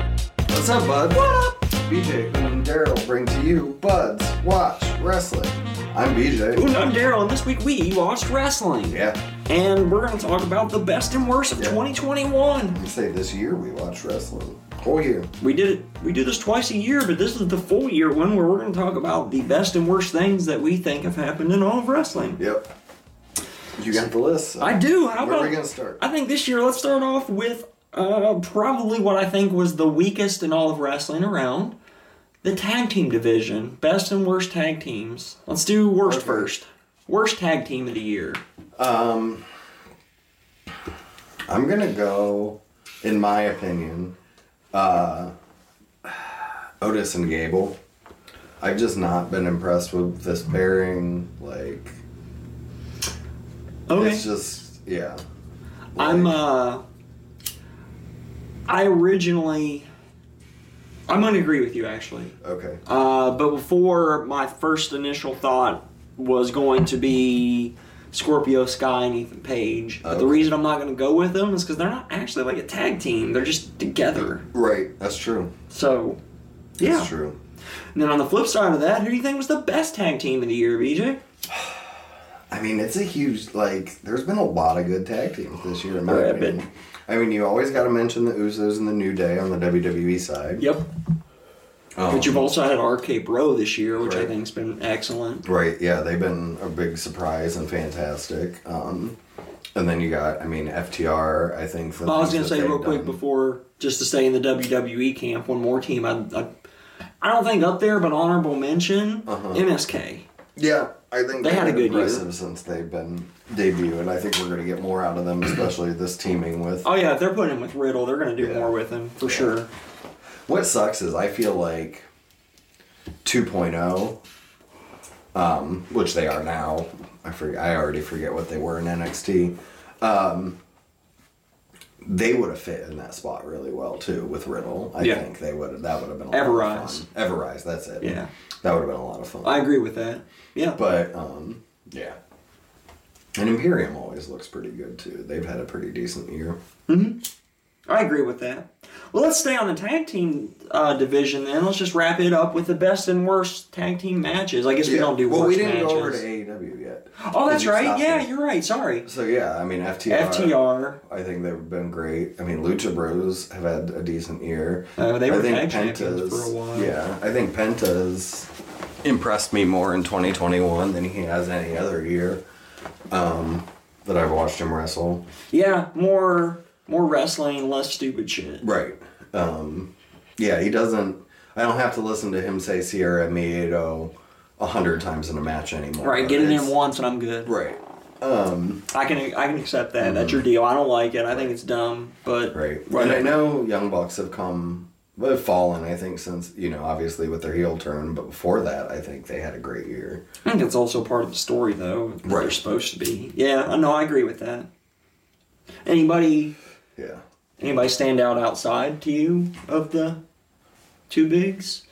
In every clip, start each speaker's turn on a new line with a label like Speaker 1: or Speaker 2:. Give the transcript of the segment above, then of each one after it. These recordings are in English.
Speaker 1: What's up, bud?
Speaker 2: What up?
Speaker 1: BJ and Daryl bring to you Bud's Watch Wrestling. I'm BJ.
Speaker 2: Ooh, I'm Daryl, and this week we watched wrestling.
Speaker 1: Yeah,
Speaker 2: And we're going to talk about the best and worst of
Speaker 1: Yeah.
Speaker 2: 2021.
Speaker 1: you say this year we watch wrestling. Whole year.
Speaker 2: We did it. We do this twice a year, but this is the full year one where we're going to talk about the best and worst things that we think have happened in all of wrestling.
Speaker 1: Yep. You got the list. so-
Speaker 2: I do. How
Speaker 1: Where are
Speaker 2: about
Speaker 1: we gonna start?
Speaker 2: I think this year let's start off with uh, probably what I think was the weakest in all of wrestling around the tag team division, best and worst tag teams. Let's do worst
Speaker 1: Okay.
Speaker 2: first. Worst tag team of the year.
Speaker 1: Um, I'm gonna go, in my opinion, uh, Otis and Gable. I've just not been impressed with this pairing. Like,
Speaker 2: Okay.
Speaker 1: it's just yeah.
Speaker 2: I'm
Speaker 1: Like,
Speaker 2: uh I originally I'm gonna agree with you actually.
Speaker 1: okay.
Speaker 2: Uh but before my first initial thought was going to be Scorpio Sky and Ethan Page. But the
Speaker 1: Okay.
Speaker 2: reason I'm not gonna go with them is because they're not actually like a tag team. They're just together.
Speaker 1: Right. That's true.
Speaker 2: So yeah.
Speaker 1: That's true.
Speaker 2: And then on the flip side of that, who do you think was the best tag team of the year, BJ?
Speaker 1: I mean, it's a huge like. There's been a lot of good tag teams this year, in my
Speaker 2: There have
Speaker 1: opinion.
Speaker 2: been.
Speaker 1: I mean, you always got to mention the Usos and the New Day on the WWE side.
Speaker 2: Yep.
Speaker 1: Um,
Speaker 2: But you've also had RK Bro this year, which I
Speaker 1: Right.
Speaker 2: think's been excellent.
Speaker 1: Right, yeah, they've been a big surprise and fantastic. Um, and then you got, I mean, FTR, I think. For
Speaker 2: Well, I was
Speaker 1: things
Speaker 2: gonna
Speaker 1: that
Speaker 2: say
Speaker 1: they've
Speaker 2: real quick
Speaker 1: done.
Speaker 2: before, just to stay in the WWE camp, one more team. I, I, I don't think up there, but honorable mention,
Speaker 1: Uh-huh.
Speaker 2: MSK.
Speaker 1: Yeah, I think
Speaker 2: They
Speaker 1: they've
Speaker 2: had a
Speaker 1: been
Speaker 2: good year.
Speaker 1: impressive since they've been debuted. I think we're going to get more out of them, especially this teaming with.
Speaker 2: Oh yeah, if they're putting him with Riddle, they're gonna do
Speaker 1: Yeah.
Speaker 2: more with him for sure.
Speaker 1: What sucks is I feel like 2.0, um, which they are now. I forget. I already forget what they were in NXT. Um, they would have fit in that spot really well too with Riddle. I
Speaker 2: Yeah.
Speaker 1: think they would. That would have been a lot of
Speaker 2: Everrise.
Speaker 1: fun. Everrise. That's it.
Speaker 2: Yeah.
Speaker 1: that would have been a lot of fun.
Speaker 2: I agree with that. Yeah,
Speaker 1: but um, yeah. And Imperium always looks pretty good too. They've had a pretty decent year.
Speaker 2: I agree with that. Well, let's stay on the tag team uh, division then. Let's just wrap it up with the best and worst tag team matches. I guess we don't do
Speaker 1: well,
Speaker 2: worst
Speaker 1: we didn't
Speaker 2: matches.
Speaker 1: go over to AEW yet.
Speaker 2: oh, that's
Speaker 1: Did you
Speaker 2: right.
Speaker 1: stop
Speaker 2: Yeah,
Speaker 1: there?
Speaker 2: you're right. Sorry.
Speaker 1: So yeah, I mean FTR.
Speaker 2: FTR.
Speaker 1: I think they've been great. I mean Lucha Bros have had a decent year.
Speaker 2: Uh, they were
Speaker 1: I think
Speaker 2: tag champions for a while.
Speaker 1: Yeah, I think Penta's impressed me more in 2021 than he has any other year um, that I've watched him wrestle.
Speaker 2: Yeah, more more wrestling, less stupid shit.
Speaker 1: Right. Um, yeah, he doesn't. I don't have to listen to him say Sierra Miedo a hundred times in a match anymore.
Speaker 2: Right, get it in
Speaker 1: It's-
Speaker 2: once and I'm good.
Speaker 1: Right.
Speaker 2: I can I can accept that. That's your deal. I don't like it. I think it's dumb, but
Speaker 1: Mm-hmm. Right.
Speaker 2: Right.
Speaker 1: And I know Young Bucks have come, they've fallen, I think, since, you know, obviously with their heel turn, but before that, I think they had a great year.
Speaker 2: I think it's also part of the story though. what They're
Speaker 1: Right.
Speaker 2: supposed to be. Yeah, I know I agree with that. Anybody
Speaker 1: Yeah.
Speaker 2: anybody stand out outside to you of the two bigs?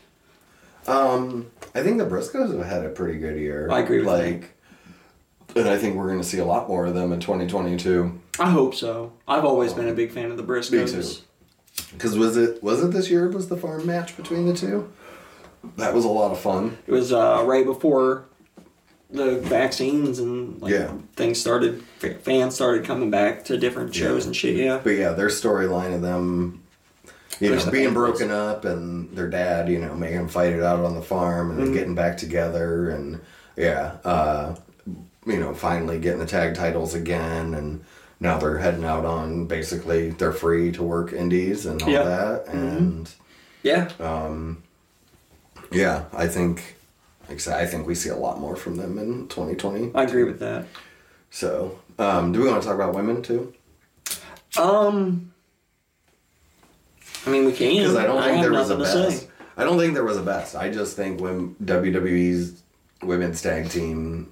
Speaker 1: Um, I think the Briscoes have had a pretty good year.
Speaker 2: I agree with
Speaker 1: Like, and I think we're going to see a lot more of them in 2022.
Speaker 2: I hope so. I've always been a
Speaker 1: Um,
Speaker 2: big fan of the
Speaker 1: Me
Speaker 2: Briscoes.
Speaker 1: too. Because was it was it this year? Was the farm match between the two? That was a lot of fun.
Speaker 2: It was uh, right before the vaccines and like
Speaker 1: Yeah.
Speaker 2: things started. fa- Fans started coming back to different shows
Speaker 1: Yeah.
Speaker 2: and shit. Yeah.
Speaker 1: But yeah, their storyline of them, you
Speaker 2: Push
Speaker 1: know,
Speaker 2: the
Speaker 1: being
Speaker 2: ankles.
Speaker 1: broken up and their dad, you know, making them fight it out on the farm and then
Speaker 2: Mm-hmm.
Speaker 1: getting back together and yeah, uh, you know, finally getting the tag titles again and now they're heading out on basically they're free to work indies and all
Speaker 2: Yeah. Mm-hmm.
Speaker 1: that and
Speaker 2: Yeah.
Speaker 1: uh, yeah, I think. like I said, I think we see a lot more from them in 2020.
Speaker 2: I agree with that.
Speaker 1: So, um, do we want to talk about women too?
Speaker 2: Um, I mean, we can.
Speaker 1: Because I don't think
Speaker 2: have
Speaker 1: there was a
Speaker 2: nothing to
Speaker 1: best.
Speaker 2: say.
Speaker 1: I don't think there was a best. I just think when WWE's women's tag team,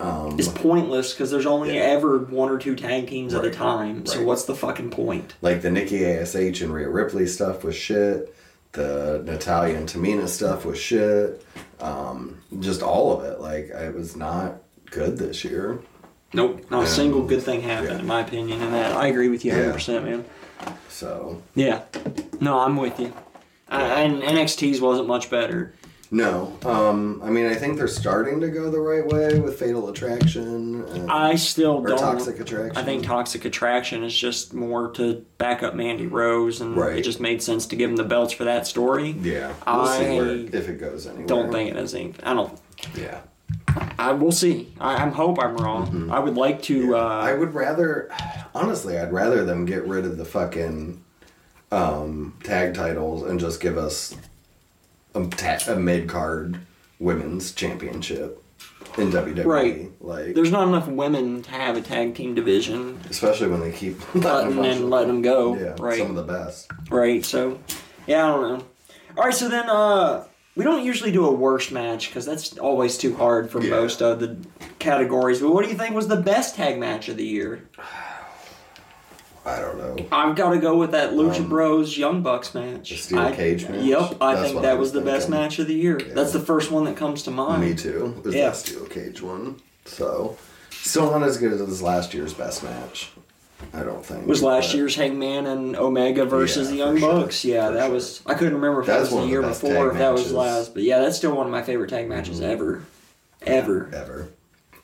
Speaker 2: It's pointless because there's only
Speaker 1: Yeah.
Speaker 2: ever one or two tag teams at a
Speaker 1: Right.
Speaker 2: time. So
Speaker 1: Right.
Speaker 2: what's the fucking point?
Speaker 1: like the Nikki Ash and Rhea Ripley stuff, was shit. The Natalia and Tamina stuff was shit. Um, just all of it. Like it was not good this year.
Speaker 2: Nope. Not a
Speaker 1: Yeah.
Speaker 2: single good thing happened,
Speaker 1: Yeah.
Speaker 2: in my opinion. And that I agree with you
Speaker 1: Yeah.
Speaker 2: 100, percent man.
Speaker 1: So
Speaker 2: Yeah. No, I'm with you. I, and NXT's wasn't much better.
Speaker 1: No, um, I mean I think they're starting to go the right way with Fatal Attraction. And,
Speaker 2: I still
Speaker 1: or
Speaker 2: don't.
Speaker 1: Toxic Attraction.
Speaker 2: I think Toxic Attraction is just more to back up Mandy Rose, and
Speaker 1: Right.
Speaker 2: it just made sense to give him the belts for that story.
Speaker 1: Yeah, we'll see where,
Speaker 2: I
Speaker 1: if it goes anywhere.
Speaker 2: Don't think it has anything. I don't.
Speaker 1: Yeah.
Speaker 2: I will see. I, I hope I'm wrong. I would like to.
Speaker 1: Mm-hmm. I
Speaker 2: Uh,
Speaker 1: would rather, honestly, I'd rather them get rid of the fucking um, tag titles and just give us a, ta- a mid card women's championship in WWE.
Speaker 2: Right.
Speaker 1: Like,
Speaker 2: there's not enough women to have a tag team division,
Speaker 1: especially when they keep
Speaker 2: letting and letting them go.
Speaker 1: yeah,
Speaker 2: right.
Speaker 1: some of the best.
Speaker 2: Right. So, yeah, I don't know. All right. So then, uh, we don't usually do a worst match because that's always too hard for
Speaker 1: Yeah.
Speaker 2: most of the categories. But what do you think was the best tag match of the year?
Speaker 1: I don't know.
Speaker 2: I've got to go with that Lucha Bros Young Bucks match.
Speaker 1: Um, The steel
Speaker 2: I-
Speaker 1: cage match?
Speaker 2: Yep, I
Speaker 1: That's
Speaker 2: think
Speaker 1: what
Speaker 2: that
Speaker 1: I was
Speaker 2: was the best
Speaker 1: thinking.
Speaker 2: match of the year. That's the first one that comes to mind.
Speaker 1: Me too. It was
Speaker 2: Yeah.
Speaker 1: that steel cage one. So, still not as good as last year's best match. I don't think
Speaker 2: was last
Speaker 1: but
Speaker 2: year's Hangman and Omega versus
Speaker 1: Yeah,
Speaker 2: the Young
Speaker 1: for sure,
Speaker 2: Bucks. Yeah,
Speaker 1: for
Speaker 2: that
Speaker 1: sure.
Speaker 2: was. I couldn't remember if that
Speaker 1: That's
Speaker 2: was
Speaker 1: one
Speaker 2: the
Speaker 1: of the
Speaker 2: year
Speaker 1: best tag
Speaker 2: before, or if that was
Speaker 1: matches. Mm-hmm.
Speaker 2: last. But yeah, that's still one of my favorite tag matches ever. Ever.
Speaker 1: ever.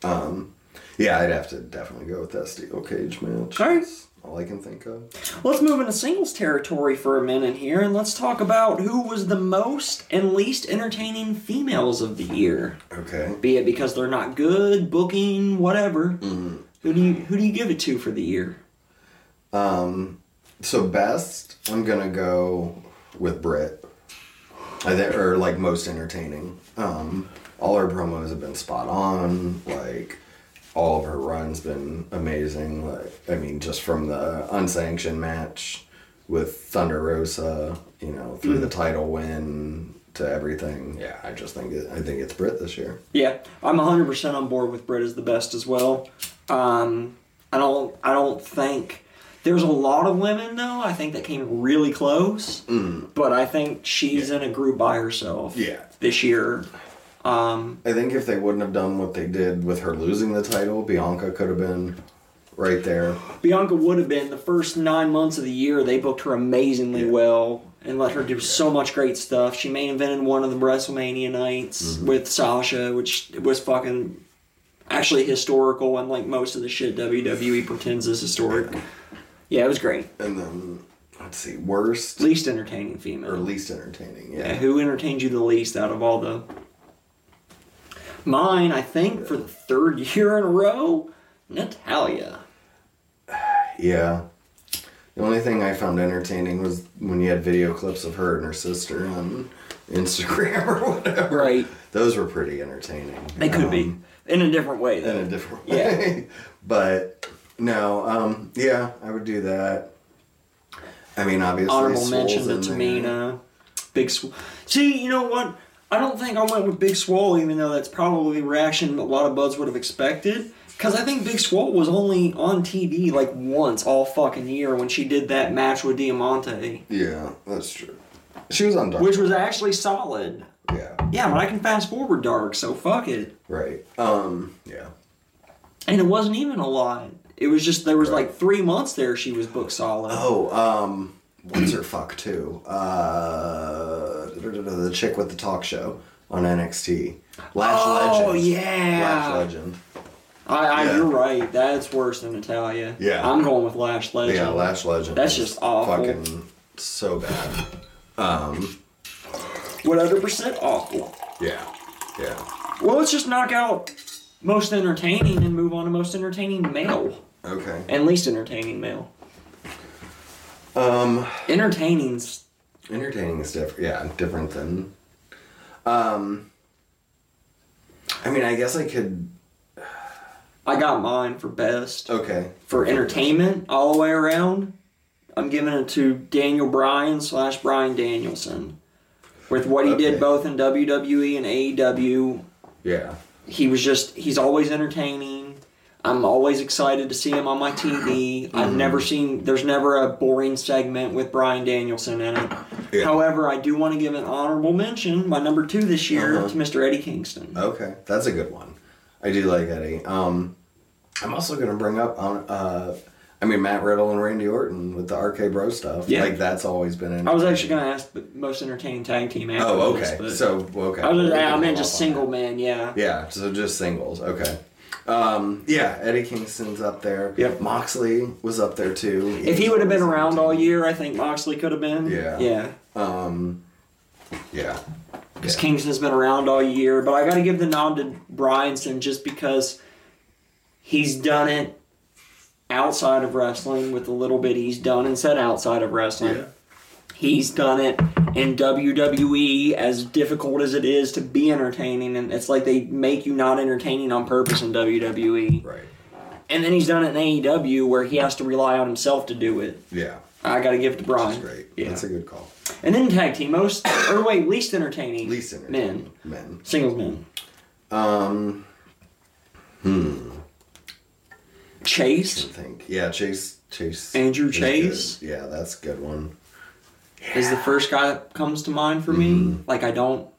Speaker 1: Um, yeah, I'd have to definitely go with that steel cage match.
Speaker 2: All right.
Speaker 1: All I can think of.
Speaker 2: Let's move into singles territory for a minute here and let's talk about who was the most and least entertaining females of the year.
Speaker 1: Okay.
Speaker 2: Be it because they're not good, booking, whatever. Who do you who do you give it to for the year?
Speaker 1: Um, so best, I'm gonna go with Brit. I think, or like most entertaining. Um, all her promos have been spot on. Like, all of her runs been amazing. Like, I mean, just from the unsanctioned match with Thunder Rosa, you know,
Speaker 2: Mm.
Speaker 1: through the title win to everything. Yeah, I just think it, I think it's Brit this year.
Speaker 2: Yeah, I'm 100% on board with Brit as the best as well. Um, I don't I don't think there's a lot of women though. I think that came really close, but I think she's in a group by herself.
Speaker 1: Yeah.
Speaker 2: this year. Um,
Speaker 1: I think if they wouldn't have done what they did with her losing the title, Bianca could have been right there.
Speaker 2: Bianca would have been the first nine months of the year. They booked her amazingly well and let her do so much great stuff. She main invented one of the WrestleMania nights with Sasha, which was fucking actually historical. And like most of the shit WWE pretends is historic. Yeah, it was great.
Speaker 1: And then let's see, worst
Speaker 2: Least entertaining female.
Speaker 1: or least entertaining.
Speaker 2: Yeah,
Speaker 1: Yeah.
Speaker 2: who entertained you the least out of all the? Mine, I think, for the third year in a row, Natalia.
Speaker 1: Yeah. The only thing I found entertaining was when you had video clips of her and her sister on Instagram or whatever.
Speaker 2: Right.
Speaker 1: Those were pretty entertaining.
Speaker 2: They could be
Speaker 1: Um,
Speaker 2: in a different way though.
Speaker 1: in a different
Speaker 2: Yeah.
Speaker 1: way. but no, um, yeah, I would do that. I mean, obviously,
Speaker 2: honorable
Speaker 1: Swole's
Speaker 2: mention to
Speaker 1: in there.
Speaker 2: Tamina. Big Swole. See, you know what? I don't think I went with Big Swole, even though that's probably the reaction a lot of buds would have expected. Because I think Big Swole was only on TV like once all fucking year when she did that match with Diamante,
Speaker 1: Yeah, that's true. She was on Dark.
Speaker 2: which was actually solid.
Speaker 1: yeah.
Speaker 2: Yeah, but I can fast forward dark, so fuck it.
Speaker 1: Right. Um. Yeah.
Speaker 2: And it wasn't even a lot. It was just there was like three months there she was booked solid.
Speaker 1: Oh. Um. What's her fuck too? Uh. The chick with the talk show on NXT. Lash
Speaker 2: Oh,
Speaker 1: Legend.
Speaker 2: yeah.
Speaker 1: Lash Legend.
Speaker 2: I, I
Speaker 1: yeah.
Speaker 2: you're right. That's worse than Natalia.
Speaker 1: Yeah.
Speaker 2: I'm going with Lash Legend.
Speaker 1: Yeah, Lash Legend.
Speaker 2: That's
Speaker 1: is
Speaker 2: just awful.
Speaker 1: Fucking so bad.
Speaker 2: 100% awful.
Speaker 1: Yeah. Yeah.
Speaker 2: Oh, Well, let's just knock out most entertaining and move on to most entertaining male
Speaker 1: Okay.
Speaker 2: and least entertaining male.
Speaker 1: Um.
Speaker 2: Entertaining's
Speaker 1: Entertaining is different. Yeah, different than. Um. I mean, I guess I could.
Speaker 2: I got mine for best
Speaker 1: Okay.
Speaker 2: for entertainment all the way around. I'm giving it to Daniel Bryan slash Bryan Danielson with what he
Speaker 1: Okay.
Speaker 2: did both in WWE and E AEW.
Speaker 1: Yeah.
Speaker 2: he was just he's always entertaining i'm always excited to see him on my tv i've
Speaker 1: Mm-hmm.
Speaker 2: never seen there's never a boring segment with brian danielson in it
Speaker 1: Yeah.
Speaker 2: however i do want to give an honorable mention my number two this year
Speaker 1: Uh-huh.
Speaker 2: to mr eddie kingston
Speaker 1: Okay, that's a good one. I do like Eddie. Um, I'm also gonna bring up on. Uh, I I mean, Matt Riddle and Randy Orton with the RK Bro stuff.
Speaker 2: Yeah.
Speaker 1: Like, that's always been.
Speaker 2: I was actually going to ask the most entertaining tag team after
Speaker 1: Oh,
Speaker 2: this,
Speaker 1: okay.
Speaker 2: but
Speaker 1: So, okay.
Speaker 2: I was,
Speaker 1: We can
Speaker 2: I meant
Speaker 1: hold
Speaker 2: just
Speaker 1: off on
Speaker 2: single man, yeah.
Speaker 1: that. Yeah, so just singles. Okay. Um, yeah, Eddie Kingston's up there.
Speaker 2: Yep.
Speaker 1: Moxley was up there too.
Speaker 2: If he would have been around all year, I think Moxley could have been.
Speaker 1: Yeah.
Speaker 2: Yeah.
Speaker 1: Um, yeah.
Speaker 2: Because Kingston's been around all year, but I got to give the nod to Bryanson just because he's done it outside of wrestling with the little bit he's done and said outside of wrestling.
Speaker 1: Yeah.
Speaker 2: He's done it in WWE as difficult as it is to be entertaining, and it's like they make you not entertaining on purpose in WWE.
Speaker 1: Right.
Speaker 2: And then he's done it in AEW where he has to rely on himself to do it.
Speaker 1: Yeah.
Speaker 2: I got to give it to Bryan.
Speaker 1: That's great.
Speaker 2: Yeah.
Speaker 1: That's a good call.
Speaker 2: and then tag team most or wait least entertaining.
Speaker 1: Least
Speaker 2: men
Speaker 1: entertaining. Men.
Speaker 2: singles men.
Speaker 1: Um, hmm. I
Speaker 2: Chase
Speaker 1: think. Yeah, Chase. Chase.
Speaker 2: Andrew
Speaker 1: is
Speaker 2: Chase?
Speaker 1: good. Yeah, that's a good one.
Speaker 2: is the first guy that comes to mind for me. Like I don't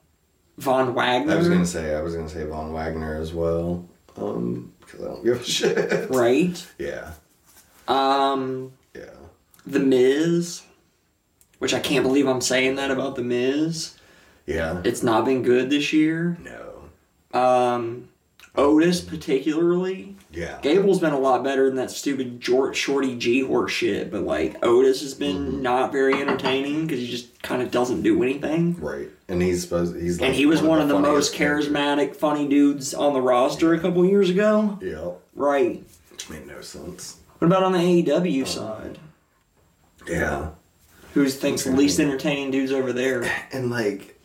Speaker 2: Von
Speaker 1: Mm-hmm.
Speaker 2: Wagner,
Speaker 1: I was gonna say. I was gonna say Von Wagner as well. Um, because I don't give a shit.
Speaker 2: right?
Speaker 1: Yeah.
Speaker 2: Um,
Speaker 1: Yeah.
Speaker 2: the Miz, which I can't believe I'm saying that about the Miz.
Speaker 1: Yeah.
Speaker 2: It's not been good this year.
Speaker 1: No.
Speaker 2: Um, Otis particularly.
Speaker 1: Yeah.
Speaker 2: Gable's been a lot better than that stupid George Shorty G horse shit, but like Otis has been not very entertaining because he just kind of doesn't do anything.
Speaker 1: Right. And he's supposed. He's. Like
Speaker 2: And he was one of the most
Speaker 1: funniest
Speaker 2: charismatic, funny dudes on the roster a couple years ago.
Speaker 1: characters. Yep.
Speaker 2: Right.
Speaker 1: Which made no sense.
Speaker 2: What about on the AEW side?
Speaker 1: Yeah.
Speaker 2: Who thinks the least entertaining dudes over there?
Speaker 1: And like,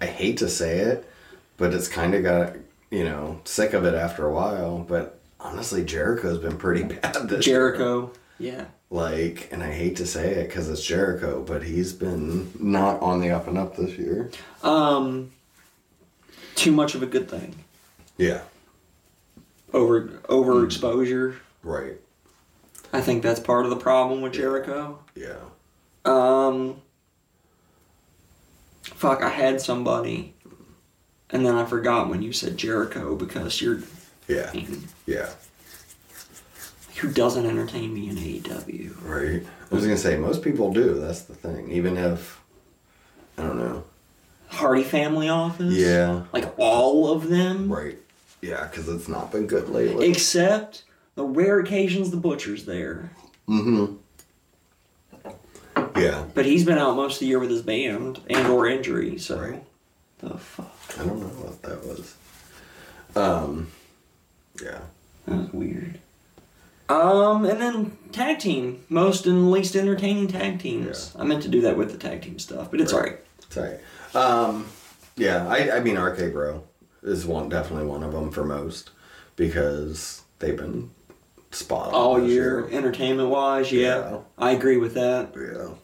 Speaker 1: I hate to say it, but it's kind of got you know sick of it after a while. But honestly, Jericho's been pretty bad this year.
Speaker 2: Jericho. Yeah.
Speaker 1: like and i hate to say it because it's jericho but he's been not on the up and up this year
Speaker 2: Um. Too much of a good thing.
Speaker 1: yeah
Speaker 2: Over overexposure.
Speaker 1: right
Speaker 2: I think that's part of the problem with Jericho.
Speaker 1: yeah
Speaker 2: Um. Fuck! I had somebody, and then I forgot when you said Jericho because you're.
Speaker 1: yeah yeah
Speaker 2: Who doesn't entertain me in E AEW?
Speaker 1: right i was gonna say most people do that's the thing even if i don't know
Speaker 2: Hardy Family Office.
Speaker 1: Yeah.
Speaker 2: Like all of them.
Speaker 1: right yeah because it's not been good lately
Speaker 2: Except the rare occasions the butcher's there.
Speaker 1: yeah
Speaker 2: But he's been out most of the year with his band and or injury, so
Speaker 1: Right.
Speaker 2: the fuck?
Speaker 1: i don't know what that was um yeah
Speaker 2: That was weird. Um, and then tag team. Most and least entertaining tag teams. I meant to do that with the tag team stuff, but it's
Speaker 1: Right.
Speaker 2: alright.
Speaker 1: sorry um yeah i i mean rk bro is one definitely one of them for most because they've been spot on
Speaker 2: All
Speaker 1: this
Speaker 2: year, entertainment wise, yeah,
Speaker 1: Yeah.
Speaker 2: I agree with that.
Speaker 1: Yeah.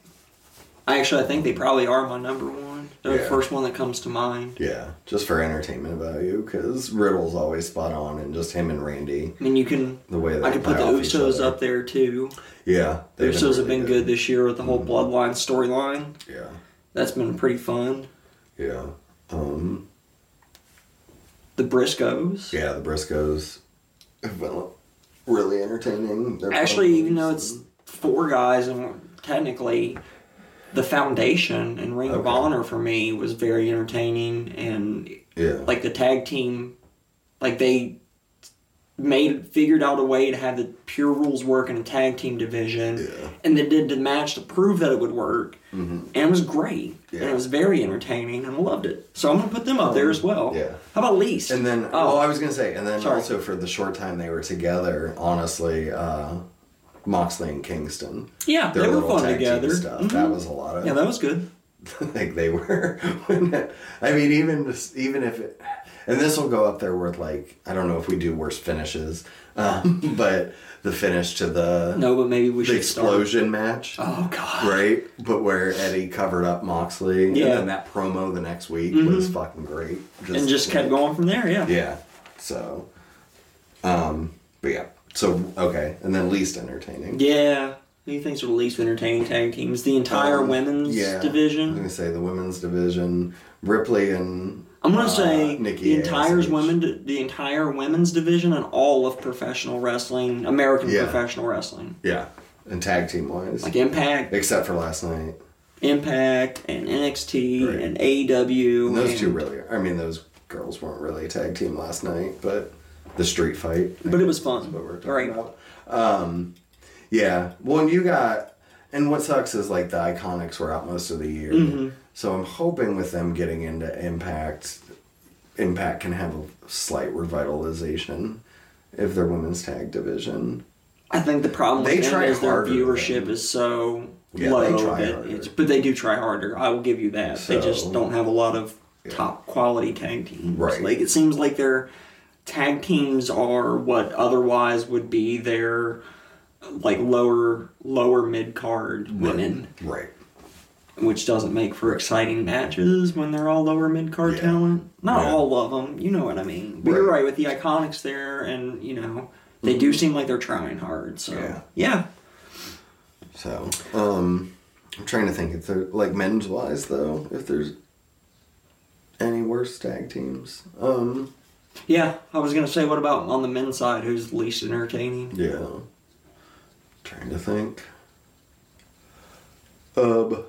Speaker 2: I actually I think they probably are my number one. They're the
Speaker 1: Yeah.
Speaker 2: first one that comes to mind.
Speaker 1: Yeah. Just for entertainment value, because Riddle's always spot on, and just him and Randy,
Speaker 2: I mean you can
Speaker 1: the way that
Speaker 2: I could put the Usos up there too.
Speaker 1: Yeah.
Speaker 2: The
Speaker 1: they've
Speaker 2: Usos have
Speaker 1: really
Speaker 2: been good this year with the whole bloodline storyline.
Speaker 1: Yeah.
Speaker 2: That's been pretty fun.
Speaker 1: Yeah. Um,
Speaker 2: The Briscoes.
Speaker 1: yeah, the Briscoes have been really entertaining. They're
Speaker 2: Actually,
Speaker 1: fun.
Speaker 2: even though it's four guys and technically the foundation and Ring of
Speaker 1: Okay.
Speaker 2: Honor for me was very entertaining and
Speaker 1: Yeah.
Speaker 2: like the tag team like they made figured out a way to have the pure rules work in a tag team division
Speaker 1: Yeah. Mm-hmm.
Speaker 2: and they did the match to prove that it would work and it was great and
Speaker 1: Yeah.
Speaker 2: it was very entertaining and I loved it so I'm gonna put them up there as well
Speaker 1: yeah.
Speaker 2: how about Uh, least
Speaker 1: And then, oh, I was gonna say, and then
Speaker 2: Sorry.
Speaker 1: also for the short time they were together, honestly, uh, Moxley and Kingston,
Speaker 2: yeah
Speaker 1: their
Speaker 2: they were
Speaker 1: little
Speaker 2: fun
Speaker 1: tag team
Speaker 2: together
Speaker 1: stuff,
Speaker 2: Mhm.
Speaker 1: that was a lot of
Speaker 2: yeah that was good
Speaker 1: like they were. when it- I mean, even just- even if it, and this will go up there with like I don't know if we do worst finishes, um, but the finish to the
Speaker 2: No, but maybe we
Speaker 1: the
Speaker 2: should
Speaker 1: explosion match,
Speaker 2: Start. Oh God!
Speaker 1: right? But where Eddie covered up Moxley,
Speaker 2: Yeah. Mm-hmm.
Speaker 1: and then that promo the next week was fucking great,
Speaker 2: And just
Speaker 1: like-
Speaker 2: kept going from there. Yeah.
Speaker 1: Yeah, so, um, but yeah, so okay, and then least entertaining,
Speaker 2: Yeah. Who do you think's the least entertaining tag team? Is the entire
Speaker 1: Um,
Speaker 2: women's
Speaker 1: yeah. I'm
Speaker 2: division?
Speaker 1: gonna say the women's division, Ripley and
Speaker 2: I'm gonna
Speaker 1: uh,
Speaker 2: say
Speaker 1: Nikki
Speaker 2: the entire
Speaker 1: ASH.
Speaker 2: women, the entire women's division, and all of professional wrestling, American
Speaker 1: Yeah.
Speaker 2: professional wrestling,
Speaker 1: Yeah, and tag team wise,
Speaker 2: like Impact,
Speaker 1: except for last night.
Speaker 2: Impact, and NXT,
Speaker 1: Right.
Speaker 2: and AEW.
Speaker 1: And those
Speaker 2: and-
Speaker 1: two really. I mean, those girls weren't really a tag team last night, but the street fight.
Speaker 2: But it was fun.
Speaker 1: That's what we're talking
Speaker 2: Right.
Speaker 1: about. Um, yeah. Well, and you got, and what sucks is like the Iconics were out most of the year, so I'm hoping with them getting into Impact, Impact can have a slight revitalization of their women's tag division.
Speaker 2: I think the problem
Speaker 1: They
Speaker 2: with them
Speaker 1: try
Speaker 2: is their
Speaker 1: harder than-
Speaker 2: viewership is so
Speaker 1: Yeah,
Speaker 2: low.
Speaker 1: they try
Speaker 2: that
Speaker 1: harder.
Speaker 2: it's, but they do try harder. I will give you that. they
Speaker 1: So-
Speaker 2: just don't have a lot of top quality tag teams.
Speaker 1: Right.
Speaker 2: Like it seems like their tag teams are what otherwise would be their like lower lower mid card women,
Speaker 1: Right.
Speaker 2: which doesn't make for exciting matches when they're all lower mid card
Speaker 1: Yeah.
Speaker 2: talent. Not
Speaker 1: Yeah.
Speaker 2: all of them, you know what I mean. But you're
Speaker 1: Right. Mm-hmm.
Speaker 2: right with the iconics there, and you know they do seem like they're trying hard. So
Speaker 1: Yeah.
Speaker 2: yeah.
Speaker 1: So, um, I'm trying to think if there like men's wise though, if there's any worse tag teams. Um,
Speaker 2: Yeah, I was gonna say, what about on the men's side? Who's the least entertaining?
Speaker 1: yeah. Trying to think. Um,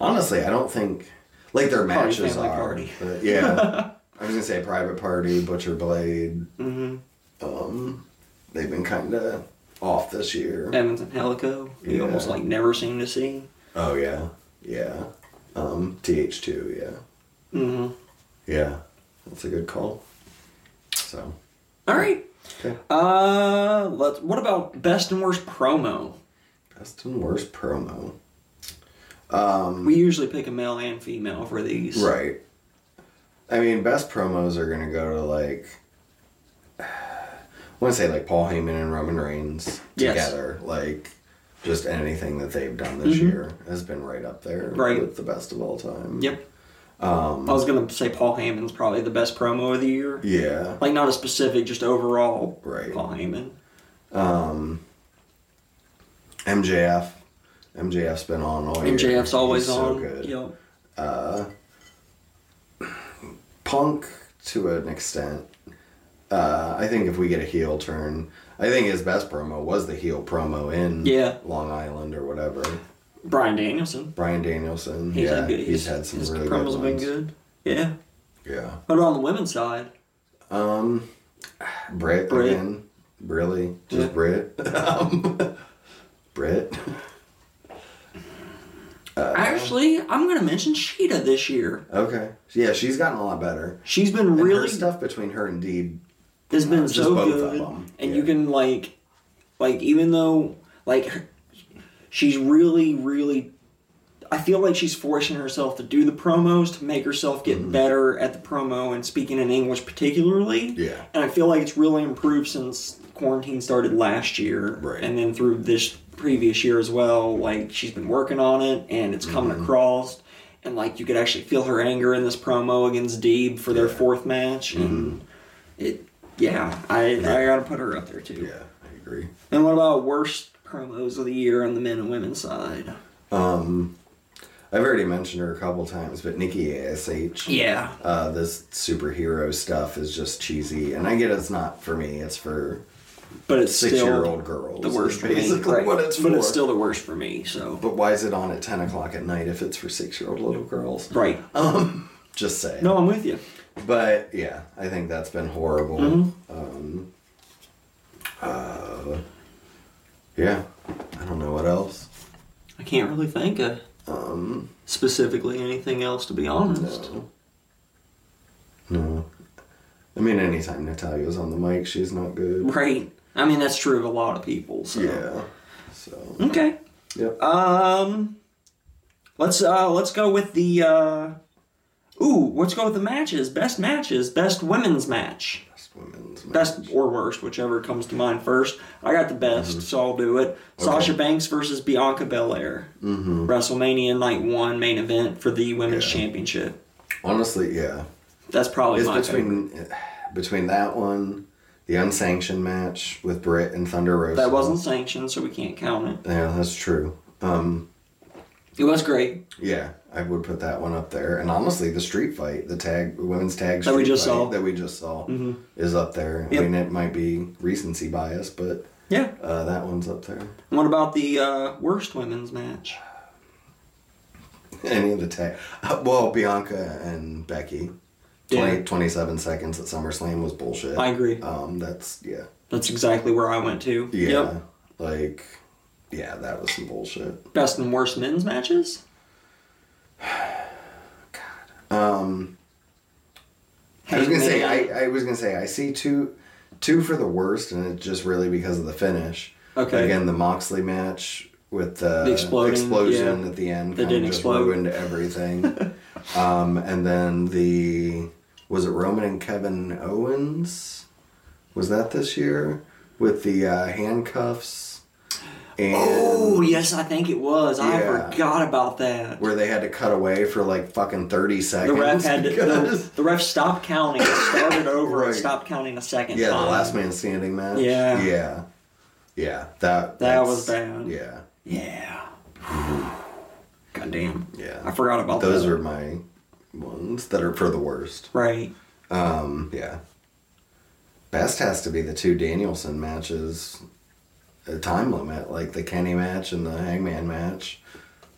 Speaker 1: honestly, I don't think like their
Speaker 2: Probably
Speaker 1: matches
Speaker 2: Family
Speaker 1: are.
Speaker 2: Party.
Speaker 1: but yeah, I was gonna say Private Party, Butcher Blade.
Speaker 2: hmm
Speaker 1: Um, they've been kind of off this year.
Speaker 2: Evans and Helico. You
Speaker 1: Yeah.
Speaker 2: almost like never seem to see.
Speaker 1: Oh yeah, yeah. Um, Th two, yeah.
Speaker 2: hmm
Speaker 1: Yeah, that's a good call. So,
Speaker 2: All right.
Speaker 1: okay.
Speaker 2: Uh, let's. What about best and worst promo?
Speaker 1: Best and worst promo. Um,
Speaker 2: We usually pick a male and female for these.
Speaker 1: Right. I mean, best promos are going to go to like. I want to say like Paul Heyman and Roman Reigns
Speaker 2: Yes.
Speaker 1: together. Like, just anything that they've done this year has been right up there
Speaker 2: Mm-hmm. Right.
Speaker 1: with the best of all time.
Speaker 2: Yep. Um, I was gonna say Paul Heyman's probably the best promo of the year.
Speaker 1: Yeah.
Speaker 2: Like not a specific, just overall.
Speaker 1: Right.
Speaker 2: Paul Heyman.
Speaker 1: MJF. MJF's been on all year.
Speaker 2: MJF's always
Speaker 1: He's
Speaker 2: on.
Speaker 1: So good.
Speaker 2: Yep.
Speaker 1: Punk to an extent. Uh, I think if we get a heel turn, I think his best promo was the heel promo in
Speaker 2: Yeah.
Speaker 1: Long Island or whatever.
Speaker 2: Brian Danielson.
Speaker 1: Brian Danielson,
Speaker 2: He's
Speaker 1: yeah,
Speaker 2: had good.
Speaker 1: he's had some
Speaker 2: his
Speaker 1: really good
Speaker 2: promos
Speaker 1: ones.
Speaker 2: have been good. Yeah.
Speaker 1: Yeah,
Speaker 2: But on the women's side,
Speaker 1: um, Britt,
Speaker 2: Britt.
Speaker 1: again, really, just
Speaker 2: Yeah.
Speaker 1: Britt, um, Britt. Uh,
Speaker 2: Actually, I'm gonna mention Sheeta this year.
Speaker 1: Okay, yeah, she's gotten a lot better.
Speaker 2: She's been
Speaker 1: And her
Speaker 2: really
Speaker 1: stuff between her and Deeb.
Speaker 2: has been
Speaker 1: just
Speaker 2: so
Speaker 1: both of
Speaker 2: good,
Speaker 1: them,
Speaker 2: and
Speaker 1: yeah.
Speaker 2: you can like, like even though like her- she's really really, I feel like she's forcing herself to do the promos to make herself get
Speaker 1: Mm-hmm.
Speaker 2: better at the promo and speaking in English particularly.
Speaker 1: Yeah.
Speaker 2: and I feel like it's really improved since quarantine started last year,
Speaker 1: Right.
Speaker 2: and then through this previous year as well. Like she's been working on it, and it's coming
Speaker 1: Mm-hmm.
Speaker 2: across. And like you could actually feel her anger in this promo against Deeb for their fourth match,
Speaker 1: Mm-hmm.
Speaker 2: and it, yeah, I I gotta put her up there too.
Speaker 1: Yeah, I agree.
Speaker 2: And what about worst promos of the year on the men and women's side?
Speaker 1: I've already mentioned her a couple times, but Nikki Ash.
Speaker 2: Yeah,
Speaker 1: uh, this superhero stuff is just cheesy, and I get it's not for me. It's for
Speaker 2: but it's still
Speaker 1: six-year-old girls.
Speaker 2: the worst
Speaker 1: is
Speaker 2: for me.
Speaker 1: basically
Speaker 2: right.
Speaker 1: what it's
Speaker 2: but
Speaker 1: for.
Speaker 2: it's still the worst for me. So
Speaker 1: But why is it on at ten o'clock at night if it's for six-year-old little girls?
Speaker 2: right,
Speaker 1: Just saying.
Speaker 2: no, I'm with you.
Speaker 1: But yeah, I think that's been horrible.
Speaker 2: Mm-hmm.
Speaker 1: Um, uh, yeah, I don't know what else.
Speaker 2: I can't really think of
Speaker 1: Um,
Speaker 2: specifically anything else to be honest.
Speaker 1: no. No. I mean, anytime Natalia's on the mic, she's not good.
Speaker 2: Right. I mean that's true of a lot of people. So.
Speaker 1: Yeah. So.
Speaker 2: Okay.
Speaker 1: Yep.
Speaker 2: Um let's uh let's go with the uh Ooh, let's go with the matches. Best matches, best women's match.
Speaker 1: Best women's match.
Speaker 2: Best or worst, whichever comes to mind first. I got the best,
Speaker 1: Mm-hmm.
Speaker 2: so I'll do it. Sasha Banks versus Bianca Belair. Mm-hmm. WrestleMania Night 1 main event for the Women's
Speaker 1: Yeah.
Speaker 2: Championship.
Speaker 1: Honestly, yeah.
Speaker 2: That's probably
Speaker 1: It's
Speaker 2: my favorite.
Speaker 1: between between that one, the unsanctioned match with Britt and Thunder Rosa.
Speaker 2: That wasn't sanctioned, so we can't count it.
Speaker 1: Yeah, that's true. Um,
Speaker 2: It was great
Speaker 1: yeah, I would put that one up there. And honestly, the street fight, the tag, the women's tag
Speaker 2: That we
Speaker 1: street
Speaker 2: just
Speaker 1: fight
Speaker 2: saw. Mm-hmm.
Speaker 1: that we just saw, is up there.
Speaker 2: Yep.
Speaker 1: I mean, it might be recency bias, but
Speaker 2: yeah
Speaker 1: uh, that one's up there.
Speaker 2: what about the uh, worst women's match
Speaker 1: Any of the tag, uh, well, Bianca and Becky. 20, 27 seconds at SummerSlam was bullshit.
Speaker 2: I agree.
Speaker 1: Um, that's yeah,
Speaker 2: that's exactly where i went to
Speaker 1: yeah,
Speaker 2: yep
Speaker 1: like, yeah, that was some bullshit.
Speaker 2: best and worst men's matches
Speaker 1: Um, I was gonna say I, I was gonna say I see two two for the worst, and it's just really because of the finish.
Speaker 2: Okay.
Speaker 1: Again, the Moxley match with the,
Speaker 2: The exploding,
Speaker 1: explosion
Speaker 2: yeah.
Speaker 1: at the end
Speaker 2: That
Speaker 1: kinda
Speaker 2: didn't
Speaker 1: just
Speaker 2: explode.
Speaker 1: ruined everything. um, and then the was it Roman and Kevin Owens? Was that this year with the uh, handcuffs? And
Speaker 2: oh yes i think it was
Speaker 1: Yeah.
Speaker 2: i forgot about that
Speaker 1: Where they had to cut away for like fucking thirty
Speaker 2: the
Speaker 1: seconds.
Speaker 2: ref had to,
Speaker 1: because-
Speaker 2: the, the ref stopped counting and started over
Speaker 1: Right.
Speaker 2: and stopped counting a second
Speaker 1: Yeah,
Speaker 2: time.
Speaker 1: the last man standing match.
Speaker 2: Yeah.
Speaker 1: Yeah. Yeah. That
Speaker 2: That
Speaker 1: that's-
Speaker 2: was bad.
Speaker 1: Yeah.
Speaker 2: yeah goddamn
Speaker 1: Yeah.
Speaker 2: i forgot about
Speaker 1: Those
Speaker 2: that.
Speaker 1: are my ones that are for the worst.
Speaker 2: right
Speaker 1: Um, yeah. Best has to be the two Danielson matches. A time limit, like the Kenny match and the Hangman match,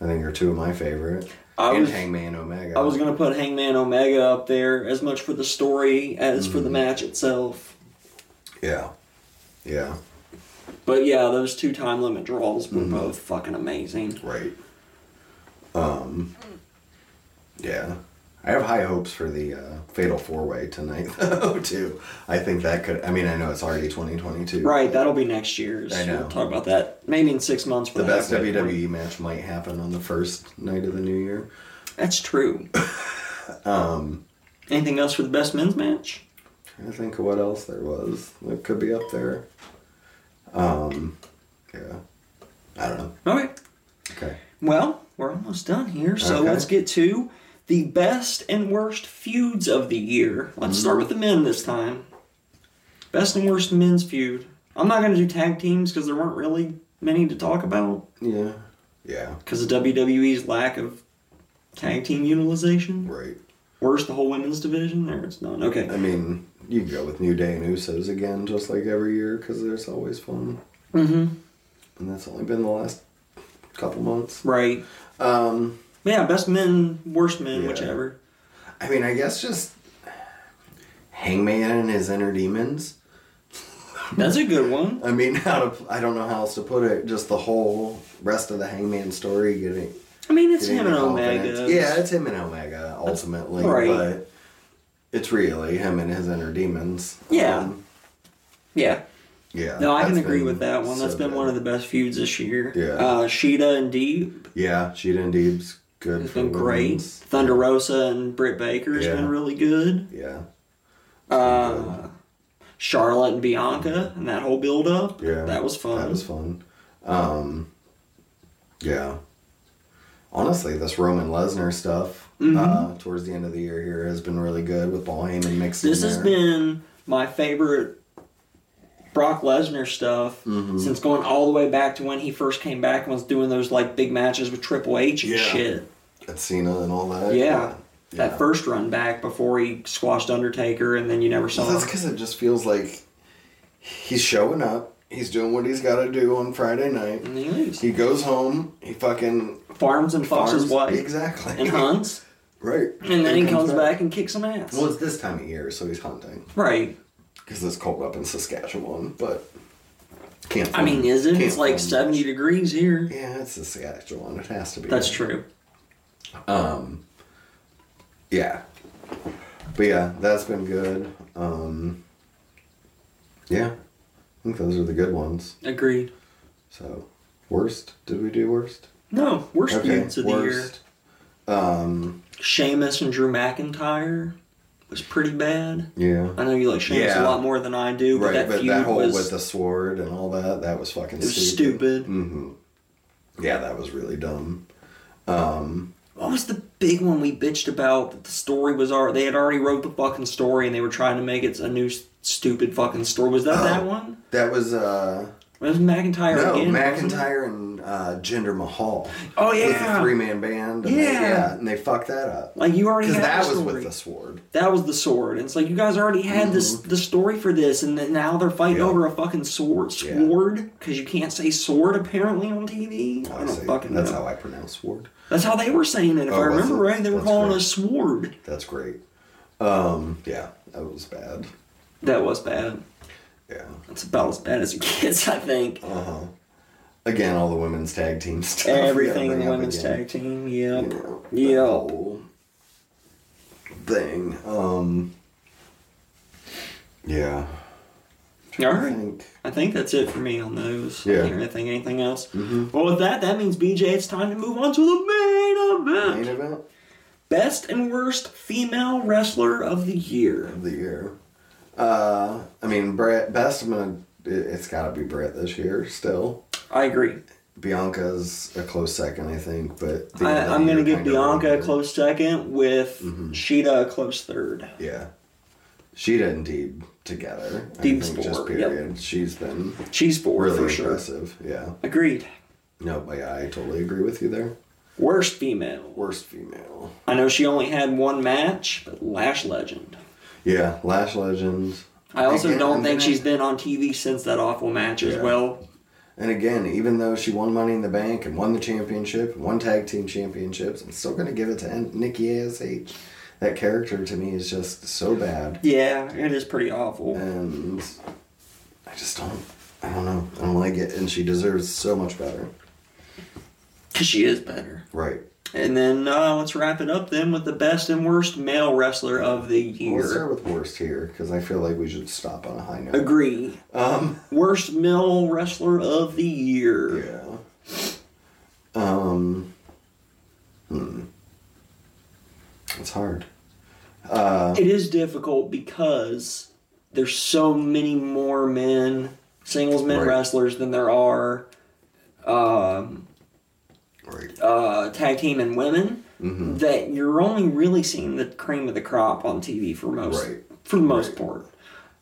Speaker 1: I think are two of my favorite.
Speaker 2: I
Speaker 1: and
Speaker 2: was-
Speaker 1: Hangman Omega.
Speaker 2: I was gonna put Hangman Omega up there as much for the story as for the
Speaker 1: Mm.
Speaker 2: match itself.
Speaker 1: Yeah, yeah,
Speaker 2: But yeah, those two time limit draws
Speaker 1: Mm.
Speaker 2: were both fucking amazing.
Speaker 1: right. Um, yeah, I have high hopes for the uh, Fatal Four Way tonight, though. Too, I think that could. I mean, I know it's already twenty twenty two.
Speaker 2: Right, that'll be next year's.
Speaker 1: I know.
Speaker 2: We'll talk about that maybe in six months.
Speaker 1: The best E. WWE match might happen on the first night of the new year.
Speaker 2: That's true. um,
Speaker 1: Um,
Speaker 2: anything else for the best men's match?
Speaker 1: trying to think of what else there was that could be up there. Um, yeah, I don't know.
Speaker 2: All right.
Speaker 1: Okay,
Speaker 2: Well, we're almost done here, so
Speaker 1: Okay.
Speaker 2: let's get to the best and worst feuds of the year. Let's
Speaker 1: Mm-hmm.
Speaker 2: start with the men this time. Best and worst men's feud. I'm not going to do tag teams because there weren't really many to talk about
Speaker 1: yeah, yeah,
Speaker 2: because of WWE's lack of tag team utilization.
Speaker 1: right.
Speaker 2: Worst, the whole women's division. There, it's none. Okay.
Speaker 1: I mean, you can go with New Day and Usos again, just like every year, because there's always fun.
Speaker 2: Mm-hmm.
Speaker 1: And that's only been the last couple months.
Speaker 2: Right.
Speaker 1: Um,
Speaker 2: Yeah, best men, worst men,
Speaker 1: Yeah.
Speaker 2: whichever.
Speaker 1: I mean, I guess just Hangman and his inner demons.
Speaker 2: That's a good one.
Speaker 1: I mean, how to, I don't know how else to put it. Just the whole rest of the Hangman story getting.
Speaker 2: I mean, it's
Speaker 1: getting
Speaker 2: him and
Speaker 1: the confidence.
Speaker 2: Omega.
Speaker 1: Yeah, it's him and Omega ultimately,
Speaker 2: right.
Speaker 1: but it's really him and his inner demons.
Speaker 2: Yeah.
Speaker 1: Um,
Speaker 2: Yeah.
Speaker 1: yeah.
Speaker 2: No, I can
Speaker 1: that's
Speaker 2: agree
Speaker 1: been
Speaker 2: with that one. That's
Speaker 1: so
Speaker 2: been
Speaker 1: good.
Speaker 2: one of the best feuds this year.
Speaker 1: Yeah.
Speaker 2: Uh, Sheeta and Deep
Speaker 1: Yeah, she didn't Deeb's good.
Speaker 2: has
Speaker 1: for
Speaker 2: been great.
Speaker 1: women's.
Speaker 2: Thunder Rosa and Britt Baker has
Speaker 1: Yeah.
Speaker 2: been really good.
Speaker 1: Yeah,
Speaker 2: Uh, Charlotte and Bianca and that whole build up.
Speaker 1: yeah.
Speaker 2: That was fun.
Speaker 1: That was fun. Um, yeah. Honestly, this Roman Lesnar stuff
Speaker 2: Mm-hmm.
Speaker 1: uh, towards the end of the year here has been really good with Paul Heyman mixed in
Speaker 2: This has
Speaker 1: there.
Speaker 2: been my favorite Brock Lesnar stuff
Speaker 1: Mm-hmm.
Speaker 2: since going all the way back to when he first came back and was doing those like big matches with Triple H and
Speaker 1: Yeah.
Speaker 2: shit.
Speaker 1: And Cena and all that.
Speaker 2: Yeah.
Speaker 1: Yeah.
Speaker 2: That first run back before he squashed Undertaker and then you never saw
Speaker 1: Well, that's
Speaker 2: him.
Speaker 1: because it just feels like he's showing up. He's doing what he's got to do on Friday night.
Speaker 2: And then he leaves.
Speaker 1: He goes home. He fucking
Speaker 2: Farms and fucks his
Speaker 1: farms-
Speaker 2: wife.
Speaker 1: Exactly.
Speaker 2: and hunts,
Speaker 1: Right.
Speaker 2: and then he comes back and kicks some ass.
Speaker 1: Well, it's this time of year, so he's hunting.
Speaker 2: right.
Speaker 1: because it's cold up in Saskatchewan, but can't.
Speaker 2: I
Speaker 1: find-
Speaker 2: mean, is it?
Speaker 1: can't
Speaker 2: It's like
Speaker 1: find-
Speaker 2: 70 degrees here.
Speaker 1: Yeah, it's Saskatchewan. It has to be.
Speaker 2: That's true.
Speaker 1: Um, yeah, but yeah, that's been good. Um, yeah, I think those are the good ones.
Speaker 2: Agreed.
Speaker 1: So, worst? Did we do worst?
Speaker 2: No, worst feuds of the year.
Speaker 1: Um,
Speaker 2: Sheamus and Drew McIntyre was pretty bad.
Speaker 1: yeah.
Speaker 2: I know you like Sheamus
Speaker 1: Yeah.
Speaker 2: a lot more than I do, but
Speaker 1: Right,
Speaker 2: that
Speaker 1: but
Speaker 2: feud
Speaker 1: that whole
Speaker 2: was,
Speaker 1: with the sword and all that, that was fucking
Speaker 2: it was
Speaker 1: stupid.
Speaker 2: stupid.
Speaker 1: Mm-hmm. Yeah, that was really dumb. Um,
Speaker 2: what was the big one we bitched about? That the story was already they had already wrote the fucking story and they were trying to make it a new s- stupid fucking story. Was that that one?
Speaker 1: That was uh
Speaker 2: It was McIntyre
Speaker 1: Oh. no
Speaker 2: again. wasn't it?
Speaker 1: McIntyre and uh, Jinder Mahal.
Speaker 2: Oh,
Speaker 1: with the
Speaker 2: yeah.
Speaker 1: three man band. And
Speaker 2: Yeah.
Speaker 1: they, yeah, and they fucked that up
Speaker 2: Like you already
Speaker 1: because
Speaker 2: had
Speaker 1: that
Speaker 2: the
Speaker 1: was
Speaker 2: story.
Speaker 1: with the sword.
Speaker 2: That was the sword. And it's like you guys already had this the story for this, and then now they're fighting
Speaker 1: Yeah.
Speaker 2: over a fucking sword
Speaker 1: Yeah.
Speaker 2: sword because you can't say sword apparently on TV. I don't
Speaker 1: Honestly,
Speaker 2: fucking
Speaker 1: that's
Speaker 2: know.
Speaker 1: how I pronounce sword.
Speaker 2: that's how they were saying it. If
Speaker 1: Oh,
Speaker 2: I
Speaker 1: was
Speaker 2: remember
Speaker 1: it?
Speaker 2: right, they were
Speaker 1: That's
Speaker 2: calling
Speaker 1: great.
Speaker 2: it a sword.
Speaker 1: That's great. Um, yeah, that was bad.
Speaker 2: That was bad.
Speaker 1: Yeah.
Speaker 2: That's about as bad as it gets, I think.
Speaker 1: Oh, Again, all the women's tag team stuff. we gotta
Speaker 2: Everything in
Speaker 1: bring
Speaker 2: the
Speaker 1: up
Speaker 2: women's
Speaker 1: again.
Speaker 2: tag team. Yep.
Speaker 1: You know, that
Speaker 2: Yep.
Speaker 1: whole thing. Um, yeah.
Speaker 2: All
Speaker 1: I
Speaker 2: right.
Speaker 1: think.
Speaker 2: I think that's it for me on those.
Speaker 1: Yeah. Mm-hmm.
Speaker 2: I can't really think of anything else. Well, with that, that means BJ, it's time to move on to the main event.
Speaker 1: Main event
Speaker 2: Best and worst female wrestler of the year.
Speaker 1: of the year. Uh, I mean, Brett, best, I'm gonna, it, it's gotta be Brett this year still.
Speaker 2: I agree.
Speaker 1: Bianca's a close second, I think, but. the
Speaker 2: I,
Speaker 1: end of the
Speaker 2: I'm gonna
Speaker 1: year
Speaker 2: give
Speaker 1: kinda Mm-hmm.
Speaker 2: Bianca
Speaker 1: ruined it.
Speaker 2: a close second, with Sheeta a close third.
Speaker 1: Yeah. She did indeed together. I
Speaker 2: Team
Speaker 1: think just
Speaker 2: sport, yep.
Speaker 1: period. She's been
Speaker 2: She's four
Speaker 1: really
Speaker 2: for sure.
Speaker 1: impressive. Yeah.
Speaker 2: Agreed.
Speaker 1: No, but yeah, I totally agree with you there.
Speaker 2: Worst female.
Speaker 1: Worst female.
Speaker 2: I know she only had one match, but Lash Legend.
Speaker 1: Yeah, Lash Legend.
Speaker 2: I also
Speaker 1: Again,
Speaker 2: don't
Speaker 1: and
Speaker 2: think
Speaker 1: then
Speaker 2: she's been on TV since that awful match as
Speaker 1: Yeah.
Speaker 2: well.
Speaker 1: And again, even though she won Money in the Bank and won the championship, and won tag team championships, I'm still gonna give it to N- Nikki Ash. That character to me is just so bad,
Speaker 2: Yeah, it is pretty awful.
Speaker 1: and I just don't. I don't know. I don't like it, and she deserves so much better.
Speaker 2: Cause she is better.
Speaker 1: Right.
Speaker 2: And then uh, let's wrap it up then with the best and worst male wrestler of the
Speaker 1: Well, Let's
Speaker 2: year.
Speaker 1: start with worst here because I feel like we should stop on a high note.
Speaker 2: Agree.
Speaker 1: Um.
Speaker 2: Worst male wrestler of the year.
Speaker 1: Yeah. Um. Hmm. It's hard. Uh.
Speaker 2: It is difficult because there's so many more men, singles men
Speaker 1: Right.
Speaker 2: wrestlers than there are um,
Speaker 1: Right.
Speaker 2: uh, tag team and women
Speaker 1: Mhm.
Speaker 2: that you're only really seeing the cream of the crop on TV for most
Speaker 1: Right.
Speaker 2: for the most
Speaker 1: Right.
Speaker 2: part.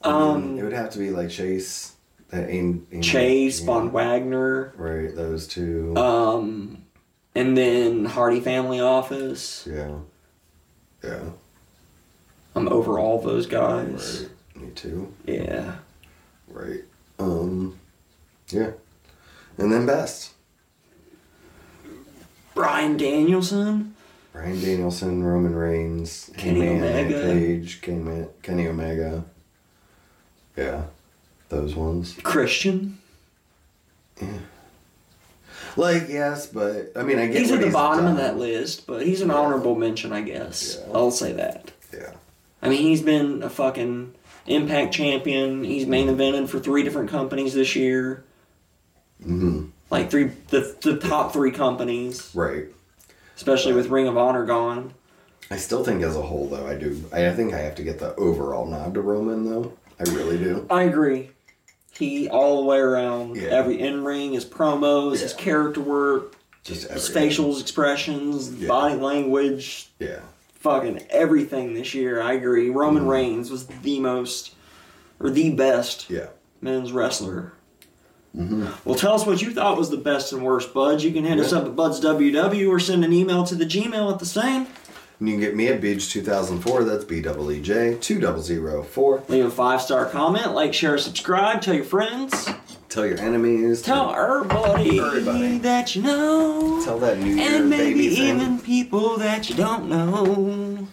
Speaker 1: Mm,
Speaker 2: Um,
Speaker 1: it would have to be like Chase. That aim. aim
Speaker 2: Chase,
Speaker 1: yeah.
Speaker 2: Von Wagner,
Speaker 1: Right. Those two.
Speaker 2: um, and then Hardy Family Office.
Speaker 1: yeah. Yeah.
Speaker 2: I'm Um, over all those guys.
Speaker 1: Right. Me too.
Speaker 2: Yeah.
Speaker 1: Right. Um. Yeah. And then best.
Speaker 2: Brian Danielson.
Speaker 1: Brian Danielson, Roman Reigns,
Speaker 2: Kenny
Speaker 1: Hangman, Nick
Speaker 2: Omega.
Speaker 1: Page, Kenny, Ma- Kenny Omega. Yeah, those ones.
Speaker 2: Christian.
Speaker 1: Like yes, but I mean I get
Speaker 2: He's
Speaker 1: what
Speaker 2: at the bottom of that
Speaker 1: done.
Speaker 2: list, but he's an honorable mention, I guess.
Speaker 1: Yeah.
Speaker 2: I'll say that.
Speaker 1: Yeah,
Speaker 2: I mean, he's been a fucking Impact champion. He's main
Speaker 1: Mm-hmm.
Speaker 2: evented for three different companies this year,
Speaker 1: hmm
Speaker 2: like three the, the top three companies,
Speaker 1: right.
Speaker 2: especially with Ring of Honor gone.
Speaker 1: I still think as a whole though I do. I, I think I have to get the overall nod to Roman though. I really do.
Speaker 2: I agree. He all the way around.
Speaker 1: Yeah.
Speaker 2: Every in ring, his promos, his
Speaker 1: Yeah.
Speaker 2: character work,
Speaker 1: Just
Speaker 2: his
Speaker 1: everything.
Speaker 2: facial expressions,
Speaker 1: Yeah.
Speaker 2: body language,
Speaker 1: Yeah,
Speaker 2: fucking everything this year. I agree. Roman
Speaker 1: Mm-hmm.
Speaker 2: Reigns was the most or the best
Speaker 1: yeah. Mm-hmm.
Speaker 2: men's wrestler. Well, tell us what you thought was the best and worst, Bud. You can hit us
Speaker 1: Yeah.
Speaker 2: up at Bud's WW or send an email to the Gmail at the same.
Speaker 1: And you can get me at Beach 2004. That's B double E J 2004.
Speaker 2: Leave a five star comment, like, share, subscribe, tell your friends,
Speaker 1: Tell your enemies.
Speaker 2: tell everybody,
Speaker 1: Everybody.
Speaker 2: that you know,
Speaker 1: tell that New Year
Speaker 2: and maybe
Speaker 1: baby thing.
Speaker 2: even people that you don't know.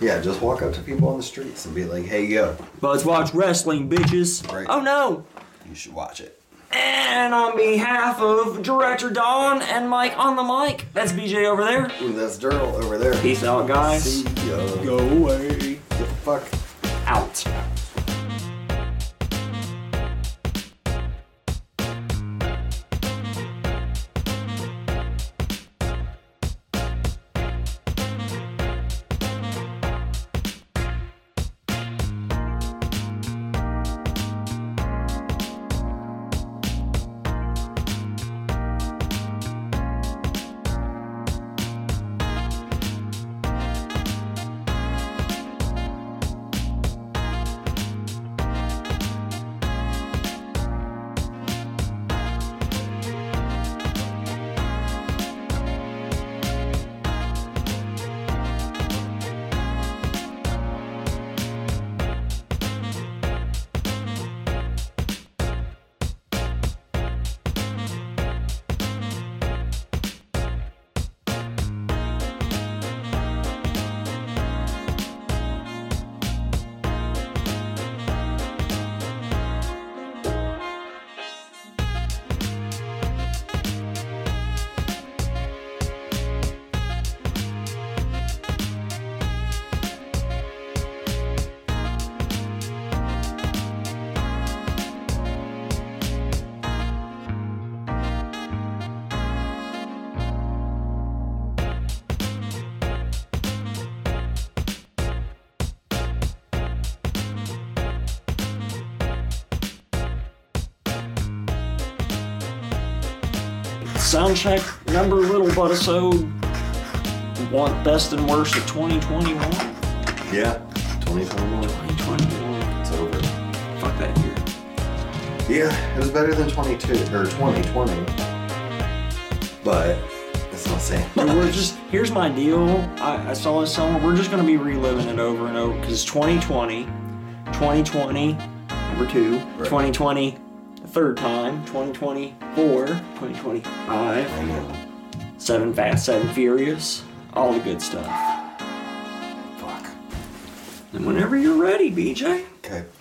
Speaker 1: Yeah, just walk up to people on the streets and be like, hey, yo,
Speaker 2: Bud's watch wrestling, bitches.
Speaker 1: Right.
Speaker 2: Oh no!
Speaker 1: you should watch it.
Speaker 2: And on behalf of Director Don and Mike on the mic, that's BJ over there.
Speaker 1: Ooh, that's Daryl over there.
Speaker 2: Peace out, guys.
Speaker 1: See ya.
Speaker 2: Go away.
Speaker 1: The fuck?
Speaker 2: Out. Soundcheck number little but episode one best and worst of 2021.
Speaker 1: Yeah. 2021.
Speaker 2: 2021.
Speaker 1: It's over.
Speaker 2: Fuck that year.
Speaker 1: Yeah, it was better than 22 or 2020. But that's not saying.
Speaker 2: Dude, we're just here's my deal. I, I saw this somewhere. We're just gonna be reliving it over and over because 2020, 2020, number two,
Speaker 1: Right.
Speaker 2: 2020, the third time, 2024, 2025,
Speaker 1: I know.
Speaker 2: seven fast, seven furious, all the good stuff.
Speaker 1: Fuck.
Speaker 2: And whenever you're ready, BJ.
Speaker 1: Okay.